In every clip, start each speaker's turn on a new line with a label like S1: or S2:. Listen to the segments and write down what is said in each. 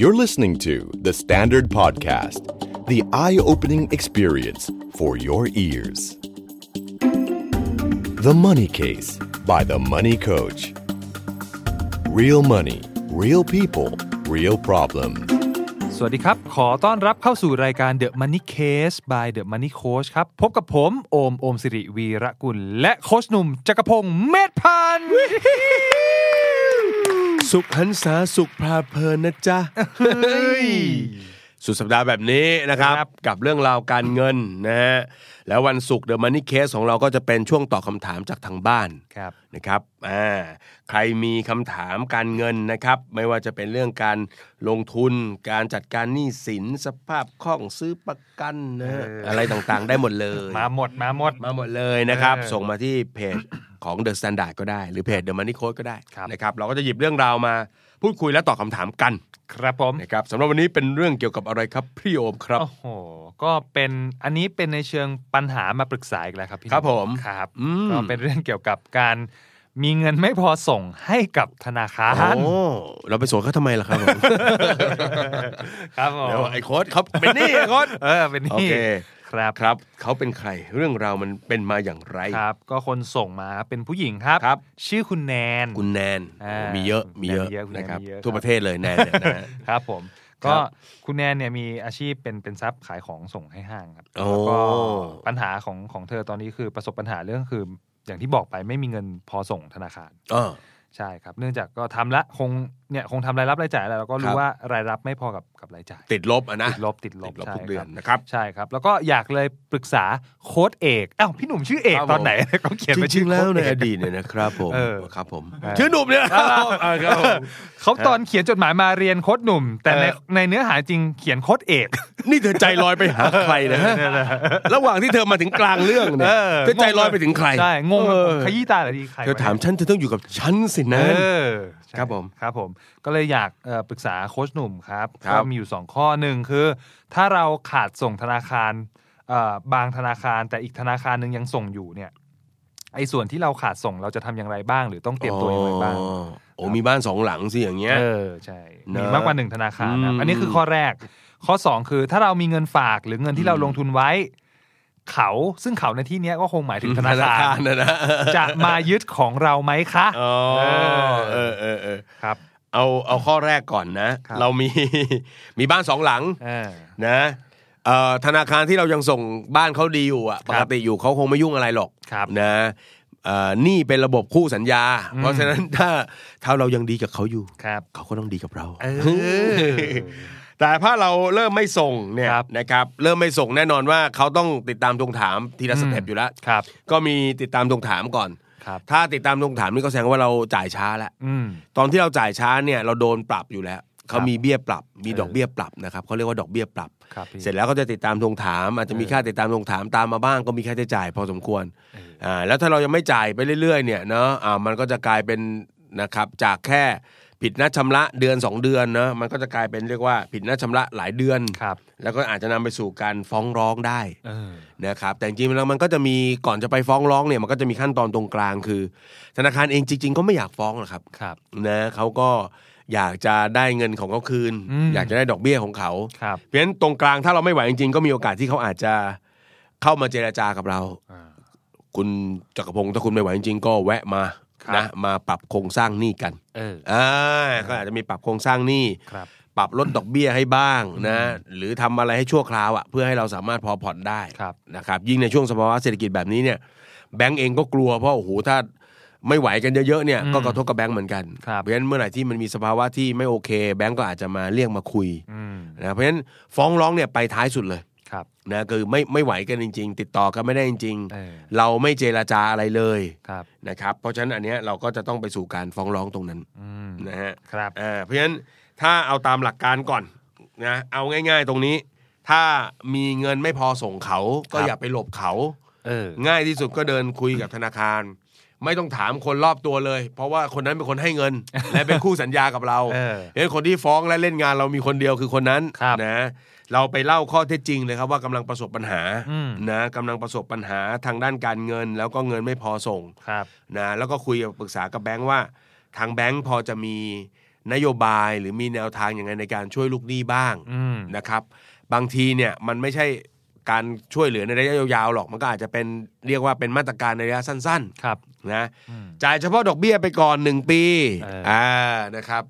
S1: You're listening to The Standard Podcast, the eye opening experience for your ears. The Money Case by The Money Coach. Real money, real people, real problem.
S2: สวัสดีครับ ขอต้อนรับเข้าสู่รายการ The Money Case by The Money Coach ครับ พบกับผม โอม โอมสิริวีระกุล และโคชหนุ่มจักรพงศ์เมธพันธ์
S3: สุขหันษาสุขพาเพลินนะจ๊ะ
S2: เฮ้ย
S3: สุดสัปดาห์แบบนี้นะครับ
S2: ครับ
S3: กับเรื่องราวการเงินนะฮะแล้ววันศุกร์เดอะมันนี่เคสของเราก็จะเป็นช่วงตอบคำถามจากทางบ้าน
S2: ครับ
S3: นะครับอ่าใครมีคำถามการเงินนะครับ ไม่ว่าจะเป็นเรื่องการลงทุน การจัดการหนี้สินสภาพคล่องซื้อประกันนะฮะอะไรต่างๆได้หมดเลย
S2: มาหมด มาหมด
S3: มาหมดเลยนะครับ
S2: เออ
S3: ส่งมาที่เพจ ของ The Standard ก็ได้ หรือเพจ The Money Code ก็ได้
S2: ครับ
S3: นะครับเราก็จะหยิบเรื่องราวมาพูดคุยและตอบคำถามกัน
S2: ครับผม
S3: นะครับสำหรับวันนี้เป็นเรื่องเกี่ยวกับอะไรครับพี่โอมครับ
S2: โอ้โห ก็เป็น อันนี้เป็นในเชิงปัญหามาปรึกษาอีกแล้วครับพี่
S3: ครับผม
S2: ครับ
S3: อืม
S2: ก็เป็นเรื่องเกี่ยวกับการ มีเงินไม่พอส่งให้กับธนาคาร
S3: โอ้เราไปสวนเขาทำไมล่ะครับ ผม
S2: ครับผม
S3: เดี๋ยวไอ้โค้ดเขาเป็นหนี่ไอ้โค้ด
S2: เออ เป็น
S3: โอ
S2: นี่
S3: เค
S2: ครับ
S3: ครับเขาเป็นใครเรื่องราวมันเป็นมาอย่างไร
S2: ครับ ก็คนส่งมาเป็นผู้หญิงครับ
S3: ครับ
S2: ชื่อคุณแนน
S3: คุณแนน
S2: อ่า
S3: มีเยอะมีเยอะ
S2: มีเยอะคุณแนน
S3: นะครับ
S2: มีเยอะ
S3: ทั่วประเทศเลยแนนเนี่ยนะฮะ
S2: ครับผม
S3: ครับ
S2: ก็คุณแนนเนี่ยมีอาชีพเป็นเป็นซับขายของส่งให้ห้างครับ
S3: โอ้
S2: แล้วก็ปัญหาของของเธอตอนนี้คือประสบปัญหาเรื่องคือ อย่างที่บอกไปไม่มีเงินพอส่งธนาคาร
S3: อ้อ
S2: ใช่ครับ เนื่องจากก็ทำละคงเนี่ยคงทำรายรับรายจ่ายแล้วเราก็
S3: ค
S2: รู้
S3: รับ
S2: ว่ารายรับไม่พอกับกับรายจ่าย
S3: ติดลบอ่ะนะ
S2: ติดลบติดลบ
S3: ติดลบ
S2: ใช่
S3: ทุกเดือ
S2: ครั
S3: น
S2: บ
S3: นะครับ
S2: ใช่ครับ แล้วก็อยากเลยปรึกษาโค้ดเอกอ้าวพี่หนุ่มชื่อเอก
S3: ครับ
S2: ตอนไหน
S3: ผม
S2: ก็เขียน
S3: จ
S2: ไป
S3: ริ
S2: ชื่อง
S3: ๆแล้ว
S2: โค้ด
S3: ใน
S2: เอ
S3: อก ดีตเนี่ยนะครับผม
S2: เออ
S3: ครับผม
S2: เออ
S3: ชื่อหนุ่มเนี่ยนะครับ
S2: เขาตอนเขียนจดหมายมาเรียนโค้ดหนุ่ม แต่ใน
S3: เออ
S2: ในเนื้อหาจริงเขียนโค้ดเอก
S3: นี่เธอใจลอยไปหาใครนะฮะระหว่างที่เธอมาถึงกลางเรื่องเนี่ย
S2: เออ
S3: เธอใจลอยไปถึงใคร
S2: ใช่งง
S3: เออ
S2: ขยี้ตาหรือดีใคร
S3: เธอถามฉันเธอต้องอยู่กับฉันสิ
S2: เอ
S3: นะ
S2: อใช่
S3: ครับผม
S2: ครับผม ก็เลยอยากเอ่อปรึกษาโค้ชหนุ่มครับ
S3: ครับ
S2: ก็มีอยู่ 2 ข้อหนึ่งคือ ถ้าเราขาดส่งธนาคารเอ่อบางธนาคารแต่อีกธนาคารหนึ่งยังส่งอยู่เนี่ยไอ้ส่วนที่เราขาดส่งเราจะทำอย่างไรบ้าง หรือต้องเตรียมตัวอย่างไรบ้าง
S3: อ๋อโอ้มีบ้านสองหลังสิอย่างเงี้ย
S2: เออใช่
S3: เนอะ
S2: มีมากกว่าหนึ่งธนาคารนะครับ
S3: อืม
S2: อันนี้คือข้อแรก ข้อ 2 คือถ้าเรามีเงินฝากหรือเงินที่เราลงทุนไว้ เขาซึ่งเขาในที่เนี้ยก็คงหมายถึงธนาคาร
S3: ะนะ
S2: จะมายึดของเราไหมคะ
S3: อ๋อ
S2: เออ
S3: เออเออเออ
S2: ครับ
S3: เอาเอาข้อแรกก่อนนะ
S2: ครับ
S3: เรามี มีบ้านสองหลัง
S2: เออ
S3: นะเอ่อธนาคารที่เรายังส่งบ้านเขาดีอยู่อ่ะ
S2: ค
S3: ป
S2: รับ
S3: กติอยู่เขาคงไม่ยุ่งอะไรหรอก
S2: ครับ
S3: นะเอ่อนี่เป็นระบบคู่สัญญา
S2: อืม
S3: เพราะฉะนั้นถ้าถ้าเรายังดีกับเขาอยู่
S2: ครับ
S3: เขาก็ต้องดีกับเรา
S2: เออ
S3: แต่ถ้าเราเริ่มไม่ส่งเนี่ย
S2: ครับ
S3: นะครับเริ่มไม่ส่งแน่นอนว่าเขาต้องติดตามทวงถามทีละสเต็ปอยู่แล้ว
S2: ครับ
S3: ก็มีติดตามทวงถามก่อน
S2: ครับ
S3: ถ้าติดตามทวงถามนี่ก็แสดงว่าเราจ่ายช้าแล้ว
S2: อืม
S3: ตอนที่เราจ่ายช้าเนี่ยเราโดนปรับอยู่แล้วเขามีเบี้ยปรับ มี
S2: เออ
S3: ดอกเบี้ยปรับนะครับเขาเรียกว่าดอกเบี้ยปรับ
S2: ครับพี่
S3: เสร็จแล้วก็จะติดตามทวงถาม อาจจะมี
S2: เออ
S3: ค่าติดตามทวงถามตามมาบ้างก็มีค่าใช้จ่ายพอสมควร
S2: เอออ่
S3: อ่าแล้วถ้าเรายังไม่จ่ายไปเรื่อยๆเนี่ยเนาะอ่ามันก็จะกลายเป็นนะครับจากแค่ผิดนัดชำระเดือน 2 เดือนเนาะมันก็จะกลายเป็นเรียกว่าผิดนัดชำระหลายเดือน
S2: ครับ
S3: แล้วก็อาจจะนำไปสู่การฟ้องร้องได้
S2: เออ
S3: นะครับแต่จริงๆแล้วมันก็จะมีก่อนจะไปฟ้องร้องเนี่ยมันก็จะมีขั้นตอนตรงกลางคือ ธนาคารเองจริง ๆ ก็ไม่อยากฟ้องหรอกครับ
S2: ครับ
S3: นะเขาก็อยากจะได้เงินของเขาคืน
S2: อืม
S3: อยากจะได้ดอกเบี้ยของเขา
S2: ครับ
S3: เพราะฉะนั้นตรงกลางถ้าเราไม่ไหวจริงๆ ก็มีโอกาสที่เขาอาจจะเข้ามาเจราจากับเรา
S2: อ่า
S3: คุณจักรพงศ์ถ้าคุณไม่ไหวจริงๆ ก็แวะมา
S2: ครับ
S3: นะมาปรับโครงสร้างหนี้กัน
S2: เออ
S3: อ่าก็อาจจะมีปรับโครงสร้างหนี้
S2: ครับ
S3: ปรับลดดอกเบี้ยให้บ้างนะหรือทำอะไรให้ชั่วคราวอ่ะเพื่อให้เราสามารถพอผ่อนได้
S2: ครับ
S3: นะครับยิ่งในช่วงสภาวะเศรษฐกิจแบบนี้เนี่ยแบงก์เองก็กลัวเพราะโอ้โหถ้าไม่ไหวกันเยอะๆเนี่ย
S2: อืม
S3: ก็กระทบกับแบงก์เหมือนกัน
S2: ครับ
S3: เพราะฉะนั้นเมื่อไหร่ที่มันมีสภาวะที่ไม่โอเค แบงก์ก็อาจจะมาเรียกมาคุย
S2: อืม
S3: นะเพราะฉะนั้นฟ้องร้องเนี่ยไปท้ายสุดเลย
S2: ครับ
S3: นะคือไม่ไม่ไหวกันจริง ๆ ติดต่อกันไม่ได้จริง
S2: เออ
S3: ๆ เราไม่เจราจาอะไรเลย
S2: ครับ
S3: นะครับเพราะฉะนั้นอันเนี้ยเราก็จะต้องไปสู่การฟ้องร้องตรงนั้น
S2: อืม
S3: นะฮะ
S2: ครับ
S3: อ่าเพราะฉะนั้นถ้าเอาตามหลักการก่อนนะเอาง่าย ๆตรงนี้ ถ้ามีเงินไม่พอส่งเขาก็
S2: ครับ
S3: อย่าไปหลบเขา
S2: เออ
S3: ง่ายที่สุดก็เดินคุยกับธนาคาร ไม่ต้องถามคนรอบตัวเลย เพราะว่าคนนั้นเป็นคนให้เงิน และเป็นคู่สัญญากับเรา
S2: เออ
S3: เอ้ยคนที่ฟ้องและเล่นงานเรามีคนเดียวคือคนนั้น
S2: ครับ
S3: นะเราไปเล่าข้อเท็จจริงเลยครับว่ากำลังประสบปัญหา
S2: อืม
S3: นะกำลังประสบปัญหาทางด้านการเงิน แล้วก็เงินไม่พอส่ง
S2: ครับ
S3: นะแล้วก็คุยกับปรึกษากับแบงค์ว่า ทางแบงค์พอจะมี นโยบายหรือมีแนวทางอย่างไรในการช่วยลูกหนี้บ้าง
S2: อืม
S3: นะครับ บางทีเนี่ยมันไม่ใช่การช่วยเหลือในระยะยาวๆหรอกมันก็อาจจะเป็นเรียกว่าเป็นมาตรการในระยะสั้น
S2: ครับ
S3: ๆนะ
S2: อืม
S3: จ่ายเฉพาะดอกเบี้ยไปก่อน 1 ปี
S2: เอออ่
S3: อ่านะครับ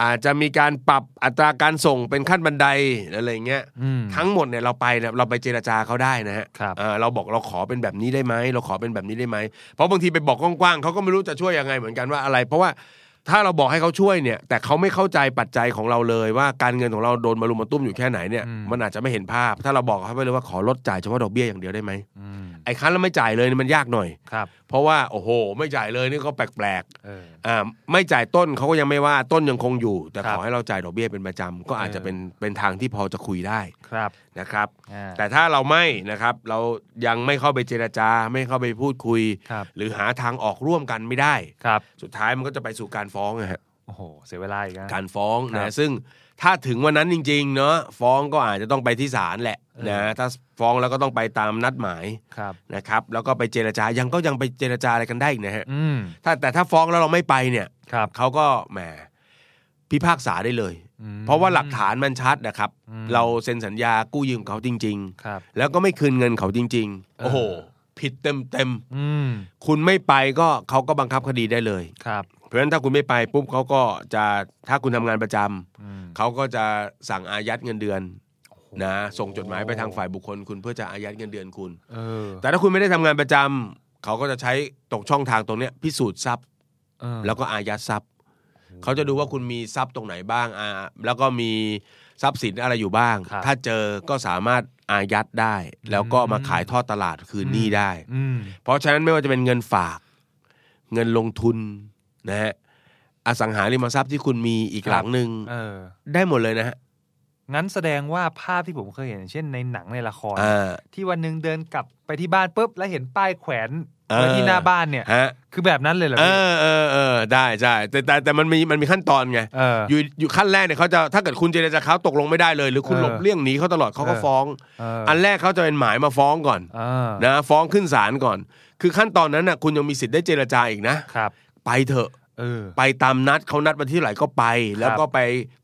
S3: อาจจะมีการปรับอัตราการส่งเป็นขั้นบันไดอะไรเงี้ย
S2: อืม
S3: ทั้งหมดเนี่ยเราไปเนี่ยเราไปเจราจาเขาได้นะฮะ
S2: ครับ
S3: เอ่อเราบอกเราขอเป็นแบบนี้ได้ไหมเราขอเป็นแบบนี้ได้ไหมเพราะบางทีไปบอกกว้างๆเขาก็ไม่รู้จะช่วยยังไงเหมือนกันว่าอะไร เพราะว่าถ้าเราบอกให้เขาช่วยเนี่ย แต่เขาไม่เข้าใจปัจจัยของเราเลย ว่าการเงินของเราโดนมารุมมาตุ้มอยู่แค่ไหนเนี่ย
S2: อืม
S3: มันอาจจะไม่เห็นภาพ ถ้าเราบอกเขาไปเลยว่าขอลดจ่ายเฉพาะดอกเบี้ยอย่างเดียวได้ไหม
S2: อืม
S3: ไอ้คันแล้วไม่จ่ายเลยเนี่ยมันยากหน่อย
S2: ครับ
S3: เพราะว่าโอ้โห ไม่จ่ายเลยนี่ก็แปลก
S2: เออ
S3: ๆอ่าไม่จ่ายต้นเขาก็ยังไม่ว่าต้นยังคงอยู่ แต่
S2: ครั
S3: ข
S2: บ
S3: อให้เราจ่ายดอกเบี้ยเป็นประจำก็อาจจะ
S2: เออ
S3: เป็นเป็นทางที่พอจะคุยได้
S2: ครับ
S3: นะครับ
S2: อ่า
S3: แต่ถ้าเราไม่นะครับ เรายังไม่เข้าไปเจราจา ไม่เข้าไปพูดคุย
S2: ครับ
S3: หรือหาทางออกร่วมกันไม่ได้
S2: ครับ
S3: สุดท้ายมันก็จะไปสู่การฟ้องนะฮะ
S2: โอ้โหเสียเวลาอีกนะ
S3: การฟ้อง
S2: ครับ
S3: นะซึ่งถ้าถึงวันนั้นจริงๆเนาะฟ้องก็อาจจะต้องไปที่ศาลแหละ
S2: เออ
S3: นะถ้าฟ้องแล้วก็ต้องไปตามนัดหมาย
S2: ครับ
S3: นะครับ แล้วก็ไปเจรจายังก็ยังไปเจรจาอะไรกันได้อีกนะฮะ
S2: อืม
S3: ถ้าแต่ถ้าฟ้องแล้วเราไม่ไปเนี่ย
S2: ครับ
S3: เขาก็แหมพิพากษาได้เลย
S2: อืม
S3: เพราะว่าหลักฐานมันชัดนะครับ
S2: อืม
S3: เราเซ็นสัญญากู้ยืมเขาจริง
S2: ครับ
S3: ๆ แล้วก็ไม่คืนเงินเขาจริง ๆ
S2: เออ
S3: โอ้โห ผิดเต็มเต็ม
S2: อืม
S3: ๆคุณไม่ไปก็เขาก็บังคับคดีได้เลย
S2: ครับ
S3: เพราะฉะนั้นถ้าคุณไม่ไปปุ๊บเขาก็จะถ้าคุณทำงานประจำ
S2: อืม
S3: เขาก็จะสั่งอายัดเงินเดือนนะส่งจดหมายไปทางฝ่ายบุคคล คุณเพื่อจะอายัดเงินเดือนคุณ
S2: เออ
S3: แต่ถ้าคุณไม่ได้ทำงานประจำเขาก็จะใช้ตกช่องทางตรงเนี้ยพิสูจน์ทรัพย์
S2: เออ
S3: แล้วก็อายัดทรัพย์ เขาจะดูว่าคุณมีทรัพย์ตรงไหนบ้างอ่าแล้วก็มีทรัพย์สินอะไรอยู่บ้าง
S2: ครับ
S3: ถ้าเจอก็สามารถอายัดได้ แล้วก็มาขายทอดตลาดคืนหนี้ได้
S2: อืม
S3: เพราะฉะนั้นไม่ว่าจะเป็นเงินฝาก เงินลงทุนนะฮะอสังหาริมทรัพย์ที่คุณมีอีกหลังหนึ่ง
S2: เออ
S3: ได้หมดเลยนะฮะ
S2: งั้นแสดงว่าภาพที่ผมเคยเห็นอย่างเช่นในหนังในละคร
S3: อ่า
S2: ที่วันหนึ่งเดินกลับไปที่บ้านปุ๊บ แล้วเห็นป้ายแขวน
S3: เออ
S2: ไว้ที่หน้าบ้านเนี่ย
S3: ฮะ
S2: คือแบบนั้นเลยเหรอ
S3: เอ
S2: พี่
S3: อเออเออได้ใช่แต่แต่แต่มันมีมันมีขั้นตอนไง
S2: เออ
S3: อยู่อยู่ขั้นแรกเนี่ยเขาจะถ้าเกิดคุณเจรจาเขาตกลงไม่ได้เลย หรือคุณ
S2: เออ
S3: หลบเลี่ยงหนีเขาตลอดเขาก็
S2: เออ
S3: ฟ้อง
S2: เออ
S3: อันแรกเขาจะเป็นหมายมาฟ้องก่อน
S2: เออ
S3: นะฟ้องขึ้นศาลก่อน คือขั้นตอนนั้นน่ะคุณยังมีสิทธิ์ได้เจรจาอีกนะ
S2: ครับ
S3: ไปเถอะ
S2: เออ
S3: ไปตามนัดเขานัดวันที่เท่าไหร่ก็ไป แล้วก็ไป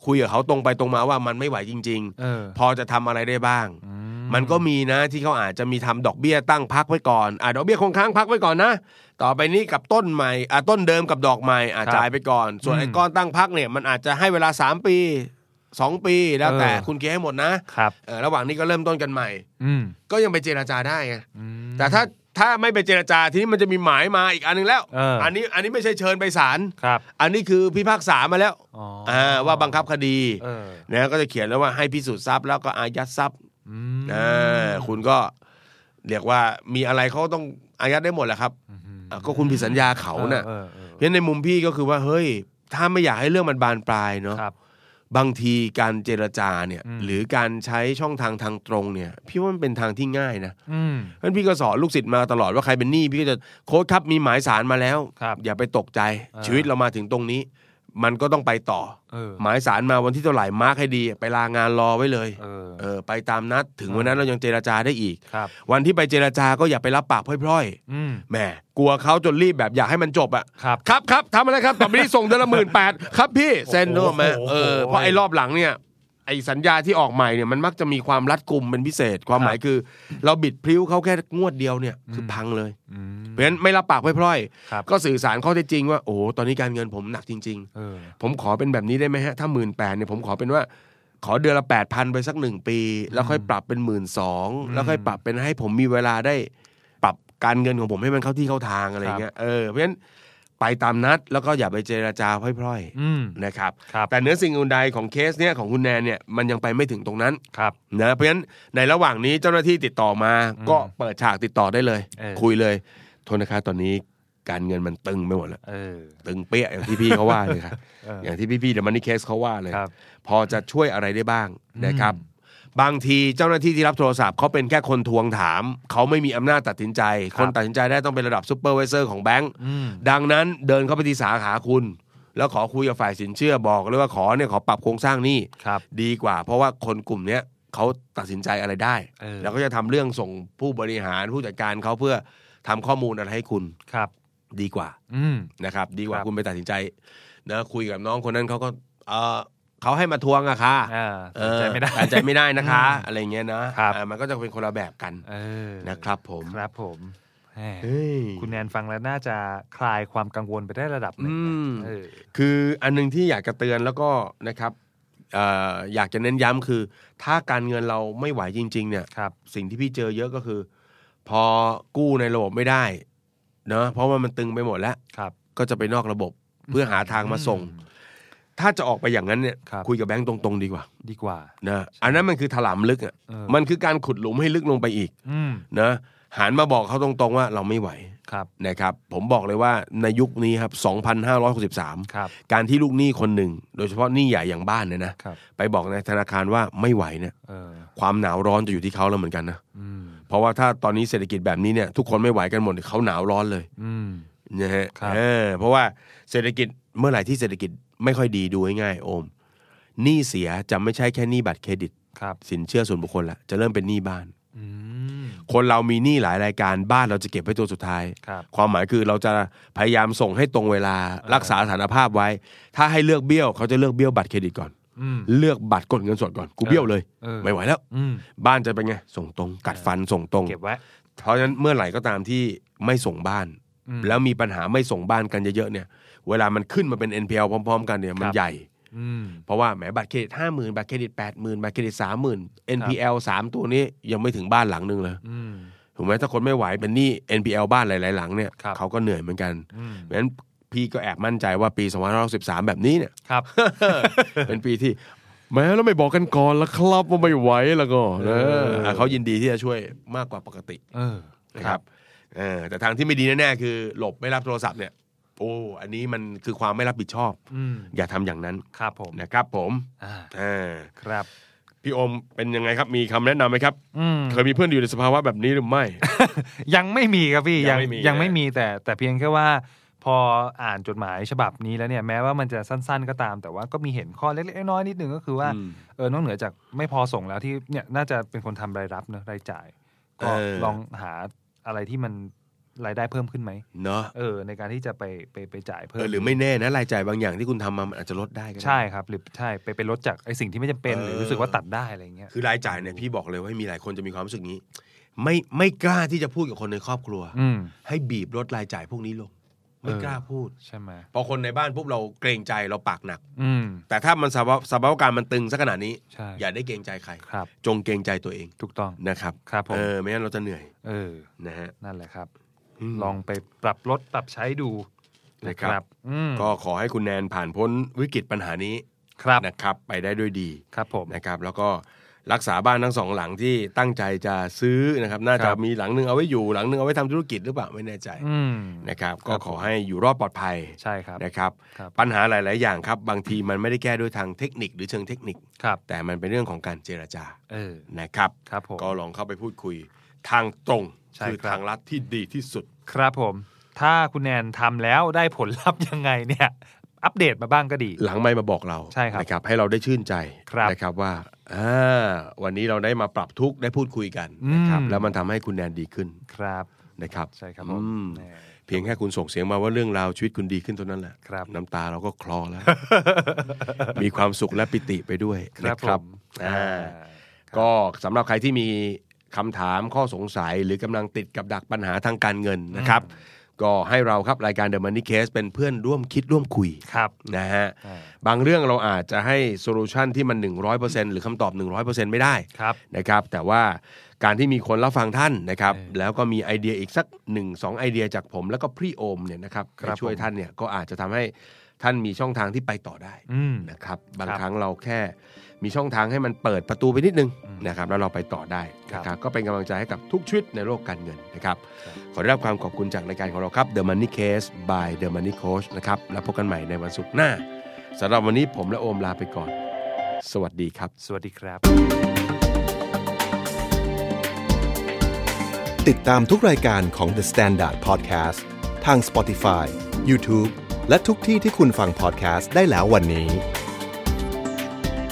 S3: คุยกับเขาตรงไปตรงมาว่ามันไม่ไหวจริง
S2: เออ
S3: ๆ พอจะทำอะไรได้บ้าง
S2: อื
S3: มันก็มีนะที่เขาอาจจะมีทำดอกเบี้ยตั้งพักไว้ก่อนอ่าดอกเบี้ยคงค้างพักไว้ก่อนนะ ต่อไปนี้กับต้นใหม่อ่าต้นเดิมกับดอกใหม่อ่าจ่ายไปก่อน ส่วนไอ้ก้อนตั้งพักเนี่ยมันอาจจะให้เวลา 3 ปี 2 ปีแล้วแต่คุณเกยร์ให้หมดนะครับ เออระหว่างนี้ก็เริ่มต้นกันใหม่
S2: อืม
S3: ก็ยังไปเจราจาได้ไง
S2: อืม
S3: แต่ถ้าถ้าไม่ไปเจราจาทีนี้มันจะมีหมายมาอีกอันหนึงแล้ว
S2: เอออั
S3: นนี้อันนี้ไม่ใช่เชิญไปศาล
S2: ครับ
S3: อันนี้คือพิพากษามาแล้ว
S2: อ๋ออ
S3: อ่าว่าบังคับคดี
S2: เออ
S3: นะก็จะเขียนแล้วว่าให้พิสูจน์ทรัพย์แล้วก็อายัดทรัพย์
S2: อืม
S3: อ่าคุณก็เรียกว่ามีอะไรเขาต้องอายัดได้หมดแหละครับอ่ะก็คุณผิดสัญญาเขาน่ะ
S2: เออเออ
S3: เพราะ
S2: เอ
S3: ฉะนั้นในมุมพี่ก็คือว่าเฮ้ย ถ้าไม่อยากให้เรื่องมันบานปลาย
S2: อ
S3: เนาะ
S2: ครับ
S3: บางทีการเจรจาเนี่ย
S2: อืม
S3: หรือการใช้ช่องทางทางตรงเนี่ยพี่ว่ามันเป็นทางที่ง่ายนะ
S2: อืม
S3: เพราะฉะนั้นพี่ก็สอนลูกศิษย์มาตลอดว่าใครเป็นหนี้พี่ก็จะโค้ดครับมีหมายสารมาแล้ว
S2: ครับ
S3: อย่าไปตกใจ
S2: เออ
S3: ชีวิตเรามาถึงตรงนี้ มันก็ต้องไปต่อ
S2: เออ
S3: หมายสารมาวันที่เท่าไหร่มาร์คให้ดี ไปลางานรอไว้เลย
S2: เออ
S3: เออไปตามนัดถึงวันนั้นเรายังเจราจาได้อีก
S2: ครับ
S3: วันที่ไปเจราจาก็อย่าไปรับปากพร่อย
S2: อืม
S3: ๆแหมกลัวเขาจนรีบแบบอยากให้มันจบอะ
S2: ครับ
S3: ครับครับทำอะไรครับต่อไปนี้ส่งเดือนละหมื่นแปด ครับพี่เซ็นรู้ไหมเออเพราะไอ้รอบหลังเนี่ยไอ้สัญญาที่ออกใหม่เนี่ยมันมักจะมีความรัดกุมเป็นพิเศษความหมายคือ เราบิดพริ้วเขาแค่งวดเดียวเนี่ยคือพังเลย
S2: อืม
S3: เพราะฉะนั้นไม่รับปากพร่อย
S2: ครับ
S3: ๆก็สื่อสารข้อเท็จจริงว่าโอ้โหตอนนี้การเงินผมหนักจริง ๆ
S2: เออ
S3: ผมขอเป็นแบบนี้ได้ไหมฮะ ถ้าหมื่นแปดเนี่ยผมขอเป็นว่า ขอเดือนละแปดพันไปสักหนึ่งปี แล้วค่อยปรับเป็นหมื่นสองแล้วค่อยปรับเป็นให้ผมมีเวลาได้ ปรับการเงินของผมให้มันเข้าที่เข้าทางอะไรเงี้ยเออเพราะฉะนั้นไปตามนัดแล้วก็อย่าไปเจราจาพร่อย
S2: อืม
S3: ๆนะครับ
S2: ครับ
S3: แต่เหนื้อสิ่งอื่นใดของเคสเนี่ยของคุณแนนเนี่ยมันยังไปไม่ถึงตรงนั้น
S2: ครับ
S3: นะเพราะฉะนั้นในระหว่างนี้เจ้าหน้าที่ติดต่อมา ก็เปิดฉากติดต่อได้เลย
S2: เออ
S3: คุยเลยโทษนะคะตอนนี้การเงินมันตึงไปหมดแล้ว
S2: เออ
S3: ตึงเปี้ยอย่างที่พี่เขาว่าเลยครับ
S2: เออ
S3: อ
S2: อย่าง
S3: ที่พี่ๆเดอะมันนี่เคสเขาว่าเลย
S2: ครับ
S3: พอจะช่วยอะไรได้บ้างนะครับ บางทีเจ้าหน้าที่ที่รับโทรศัพท์เขาเป็นแค่คนทวงถาม เขาไม่มีอำนาจตัดสินใจ
S2: ค
S3: ครับ นตัดสินใจได้ต้องเป็นระดับซูเปอร์ไวิเซอร์ของแบงค์
S2: อืม
S3: ดังนั้นเดินเข้าไปที่สาขาคุณ แล้วขอคุยกับฝ่ายสินเชื่อบอกเลยว่าขอเนี่ยขอปรับโครงสร้างหนี่
S2: ครับ
S3: ดีกว่า เพราะว่าคนกลุ่มเนี้ยเขาตัดสินใจอะไรได้
S2: เออ
S3: แล้วก็จะทำเรื่องส่งผู้บริหารผู้จัดการเขาเพื่อทำข้อมูลอะไรให้คุณ
S2: ครับ
S3: ดีกว่า
S2: อืม
S3: นะครับดีกว่า
S2: ครับ
S3: คุณไปตัดสินใจนะคุยกับน้องคนนั้นเขาก็ เออเขาให้มาทวงอะค่ะ
S2: อ่า
S3: เอ
S2: ตัด
S3: อ
S2: ใจไม่ได้
S3: ตัดใจไม่ได้นะคะ อะไรเงี้ยนะครับ เออมันก็จะเป็นคนละแบบกัน
S2: เออ
S3: นะครับผม
S2: ครับผมแหม
S3: เฮ้ย
S2: คุณแนนฟังแล้วน่าจะคลายความกังวลไปได้ระดับหนึ่งนะ
S3: อืม
S2: เออ
S3: คืออันหนึงที่อยากจะเตือนแล้วก็นะครับเอ่ออยากจะเน้นย้ำคือ ถ้าการเงินเราไม่ไหวจริง ๆ เนี่ย
S2: ครับ
S3: สิ่งที่พี่เจอเยอะก็คือ พอกู้ในระบบไม่ได้เนาะเพราะว่ามันตึงไปหมดแล้ว
S2: ครับ
S3: ก็จะไปนอกระบบเพื่อหาทางมาส่ง
S2: อื
S3: ถ้าจะออกไปอย่างนั้นเนี่ย
S2: ครับ
S3: ยกับแบงก์ตรงๆ ดีกว่า
S2: ดีกว่า
S3: นะอันนั้นมันคือถลำลึกอ่ะ
S2: เออ
S3: มันคือการขุดหลุมให้ลึกลงไปอีก
S2: อืม
S3: นะหันมาบอกเขาตรงๆว่าเราไม่ไหว
S2: ครับ
S3: นะครับ ผมบอกเลยว่าในยุคนี้ครับ 2563
S2: ครับ
S3: การที่ลูกหนี้คนหนึ่ง โดยเฉพาะหนี้ใหญ่อย่างบ้านเนี่ยนะครับ ไปบอกในธนาคารว่าไม่ไหวเนี่ย
S2: เออ
S3: ความหนาวร้อนจะอยู่ที่เขาแล้วเหมือนกันนะ
S2: อืม
S3: เพราะว่าถ้าตอนนี้เศรษฐกิจแบบนี้เนี่ยทุกคนไม่ไหวกันหมดเขาหนาวร้อนเลย
S2: อืม
S3: นะฮะ
S2: ครับ
S3: เออเพราะว่าเศรษฐกิจเมื่อไหร่ที่เศรษฐกิจไม่ค่อยดีดูง่ายๆโอมหนี้เสียจะไม่ใช่แค่หนี้บัตรเครดิต
S2: ครับ
S3: สินเชื่อส่วนบุคคลละจะเริ่มเป็นหนี้บ้าน
S2: อืม
S3: คนเรามีหนี้หลายรายการบ้านเราจะเก็บไว้ตัวสุดท้าย
S2: ครับ
S3: ความหมายคือเราจะพยายามส่งให้ตรงเวลารักษาสถานภาพไว้ ถ้าให้เลือกเบี้ยวเขาจะเลือกเบี้ยวบัตรเครดิตก่อน
S2: อืม
S3: เลือกบัตรกดเงินสดก่อนกูเบี้ยวเลย
S2: เออ
S3: ไม่ไหวแล้ว
S2: อืม
S3: บ้านจะเป็นไง ส่งตรงกัดฟันส่งตรง
S2: เก็บไว้
S3: เพราะฉะนั้นเมื่อไหร่ก็ตามที่ไม่ส่งบ้าน
S2: อืม
S3: แล้วมีปัญหาไม่ส่งบ้านกันเยอะๆเนี่ย เวลามันขึ้นมาเป็น NPL พร้อม ๆ กันเนี่ยมัน
S2: ครับ
S3: ใหญ่
S2: อืม
S3: เพราะว่าแหมบัตรเครดิตห้าหมื่นบัตรเครดิตแปดหมื่นบัตรเครดิตสามหมื่น NPL สามตัวนี้ยังไม่ถึงบ้านหลังนึงเลย
S2: อืม
S3: ถูกไหมถ้าคนไม่ไหวเป็นหนี้ NPL บ้านหลายๆหลังเนี่ย
S2: ครับ
S3: เขาก็เหนื่อยเหมือนกัน
S2: อืม
S3: เพราะฉะนั้นพี่ก็แอบมั่นใจว่าปี2513 แบบนี้เนี่ย
S2: ครับ
S3: เป็นปีที่ แม้แล้วไม่บอกกันก่อนแล้วครับว่าไม่ไหวแล้วก็
S2: เอ
S3: น
S2: อ
S3: ะะเขายินดีที่จะช่วยมากกว่าปกติ
S2: เออ
S3: นะครับเออแต่ทางที่ไม่ดีแน่ๆคือ หลบไม่รับโทรศัพท์เนี่ย โอ้อันนี้มันคือความไม่รับผิดชอบ
S2: อืม
S3: อย่าทำอย่างนั้น
S2: ครับผม
S3: นะครับ ผม
S2: อ่า
S3: เออ
S2: ครับ
S3: พี่อมเป็นยังไงครับมีคำแนะนำไหมครับ
S2: อืม
S3: เคยมีเพื่อนอยู่ในสภาวะแบบนี้หรือไม่
S2: ยังไม่มีครับพี่
S3: ยั
S2: ยัง ง
S3: ไม่มี
S2: ยัง
S3: นะ
S2: ไม่มีแต่แต่เพียงแค่ว่า พออ่านจดหมายฉบับนี้แล้วเนี่ยแม้ว่ามันจะสั้น ๆก็ตาม แต่ว่าก็มีเห็นข้อเล็กๆน้อยๆนิดนึงก็คือว่า
S3: อืม
S2: เออนอกเหนือจากไม่พอส่งแล้วที่เนี่ยน่าจะเป็นคนทำรายรับเนอะรายจ่าย ก็
S3: เออ
S2: ลองหาอะไรที่มันรายได้เพิ่มขึ้นไหม
S3: เนาะ
S2: เออ ในการที่จะไปไปไปจ่าย
S3: เอ
S2: เพิ่ม
S3: อหรือไม่แน่นะรายจ่ายบางอย่างที่คุณทำมามันอาจจะลดได้ก็ได้
S2: ใช่ครับ หรือใช่ไปไปลดจากไอสิ่งที่ไม่จำเป็นหรือ
S3: เออ
S2: รู้สึกว่าตัดได้อะไรเงี้ย
S3: คือรายจ่ายเนี่ยพี่บอกเลยว่ามีหลายคนจะมีความรู้สึกนี้ ไม่ไม่กล้าที่จะพูดกับคนในครอบครัว
S2: อืม
S3: ให้บีบลดรายจ่ายพวกนี้ลง ไม่
S2: เออ
S3: กล้าพูด
S2: ใช่ไหม
S3: พอคนในบ้านปุ๊บเราเกรงใจเราปากหนัก
S2: อืม
S3: แต่ถ้ามันสภาวะสภาวะการมันตึงสักขนาดนี้
S2: ใช่
S3: อย่าได้เกรงใจใคร
S2: ครับ
S3: จงเกรงใจตัวเอง
S2: ถูกต้อง
S3: นะครับ
S2: ครับผม
S3: เออไม่งั้นเราจะเหนื่อย
S2: เออ
S3: นะฮะ
S2: นั่นแหละครับ
S3: ม
S2: ลองไปปรับลดปรับใช้ดู
S3: นะครับ
S2: อืม
S3: ก็ขอให้คุณแนนผ่านพ้นวิกฤตปัญหานี้
S2: ครับ
S3: นะครับ ไปได้ด้วยดี
S2: ครับผม
S3: นะครับ แล้วก็รักษาบ้านทั้งสองหลังที่ตั้งใจจะซื้อนะครับ น่าจะ
S2: ครับ
S3: มีหลังหนึงเอาไว้อยู่หลังหนึงเอาไว้ทำธุรกิจหรือเปล่าไม่แน่ใจ
S2: อืม
S3: นะครับ
S2: ค
S3: ก็
S2: รับ
S3: ขอให้อยู่รอดปลอดภัย
S2: ใช่ครับ
S3: นะครับ
S2: ครับ
S3: ปัญหาหลาย ๆ อย่างครับ บางทีมันไม่ได้แก้ด้วยทางเทคนิคหรือเชิงเทคนิค
S2: ครับ
S3: แต่มันเป็นเรื่องของการเจรจา
S2: เออ
S3: นะครับ
S2: ครับผม
S3: ก็ลองเข้าไปพูดคุยทางตรง
S2: ใช่
S3: คือ
S2: ครับ
S3: ทางลัดที่ดีที่สุด
S2: ครับผม ถ้าคุณแนนทำแล้วได้ผลลัพธ์ยังไงเนี่ย อัปเดตมาบ้างก็ดี
S3: หลังไม่มาบอกเรา
S2: ใช่ครับ
S3: นะครับ ให้เราได้ชื่นใจ
S2: ครับ
S3: นะครับว่าอ่าวันนี้เราได้มาปรับทุกข์ได้พูดคุยกันนะครับ
S2: อืม
S3: แล้วมันทำให้คุณแนนดีขึ้น
S2: ครับ
S3: นะครับ
S2: ใช่ครับผม
S3: อืม
S2: แน่
S3: เพียงแค่คุณส่งเสียงมาว่าเรื่องราวชีวิตคุณดีขึ้นเท่านั้นแหละ
S2: ครับ
S3: น้ำตาเราก็คลอ แล้ว มีความสุขและปิติไปด้วย
S2: ครับ
S3: นะ
S2: ผ
S3: ครับ
S2: ม
S3: อ่า
S2: อ่า
S3: ก็สำหรับใครที่มีคำถามข้อสงสัยหรือกำลังติดกับดักปัญหาทางการเงินนะครับ ก็ให้เราครับรายการ The Money Case เป็นเพื่อนร่วมคิดร่วมคุย
S2: ครับ
S3: นะฮะ
S2: อ่า
S3: บางเรื่องเราอาจจะให้โซลูชันที่มัน 100%หรือคำตอบ 100%ไม่ได้
S2: ครับ
S3: นะครับแต่ว่าการที่มีคนรับฟังท่านนะครับ
S2: เออ
S3: แล้วก็มีไอเดียอีกสัก 1-2 ไอเดียจากผมแล้วก็พี่โอมเนี่ยนะครับ
S2: ครับ
S3: ไปช่วย
S2: ผม
S3: ท่านเนี่ยก็อาจจะทำให้ท่านมีช่องทางที่ไปต่อได้
S2: อืม
S3: นะครับบาง
S2: ครับ
S3: ครั้งเราแค่มีช่องทางให้มันเปิดประตูไปนิดนึง
S2: อืม
S3: นะครับแล้วเราไปต่อได้
S2: ครับ
S3: นะครับก็เป็นกำลังใจให้กับทุกชีวิตในโลกการเงินนะครับ
S2: ครับ
S3: ขอได้รับความขอบคุณจากรายการของเราครับ The Money Case by The Money Coach นะครับแล้วพบกันใหม่ในวันศุกร์หน้าสำหรับวันนี้ผมและโอมลาไปก่อน สวัสดีครับ
S2: สวัสดีครับ
S1: ติดตามทุกรายการของ The Standard Podcast ทาง Spotify, YouTube และทุกที่ที่คุณฟัง podcast ได้แล้ววันนี้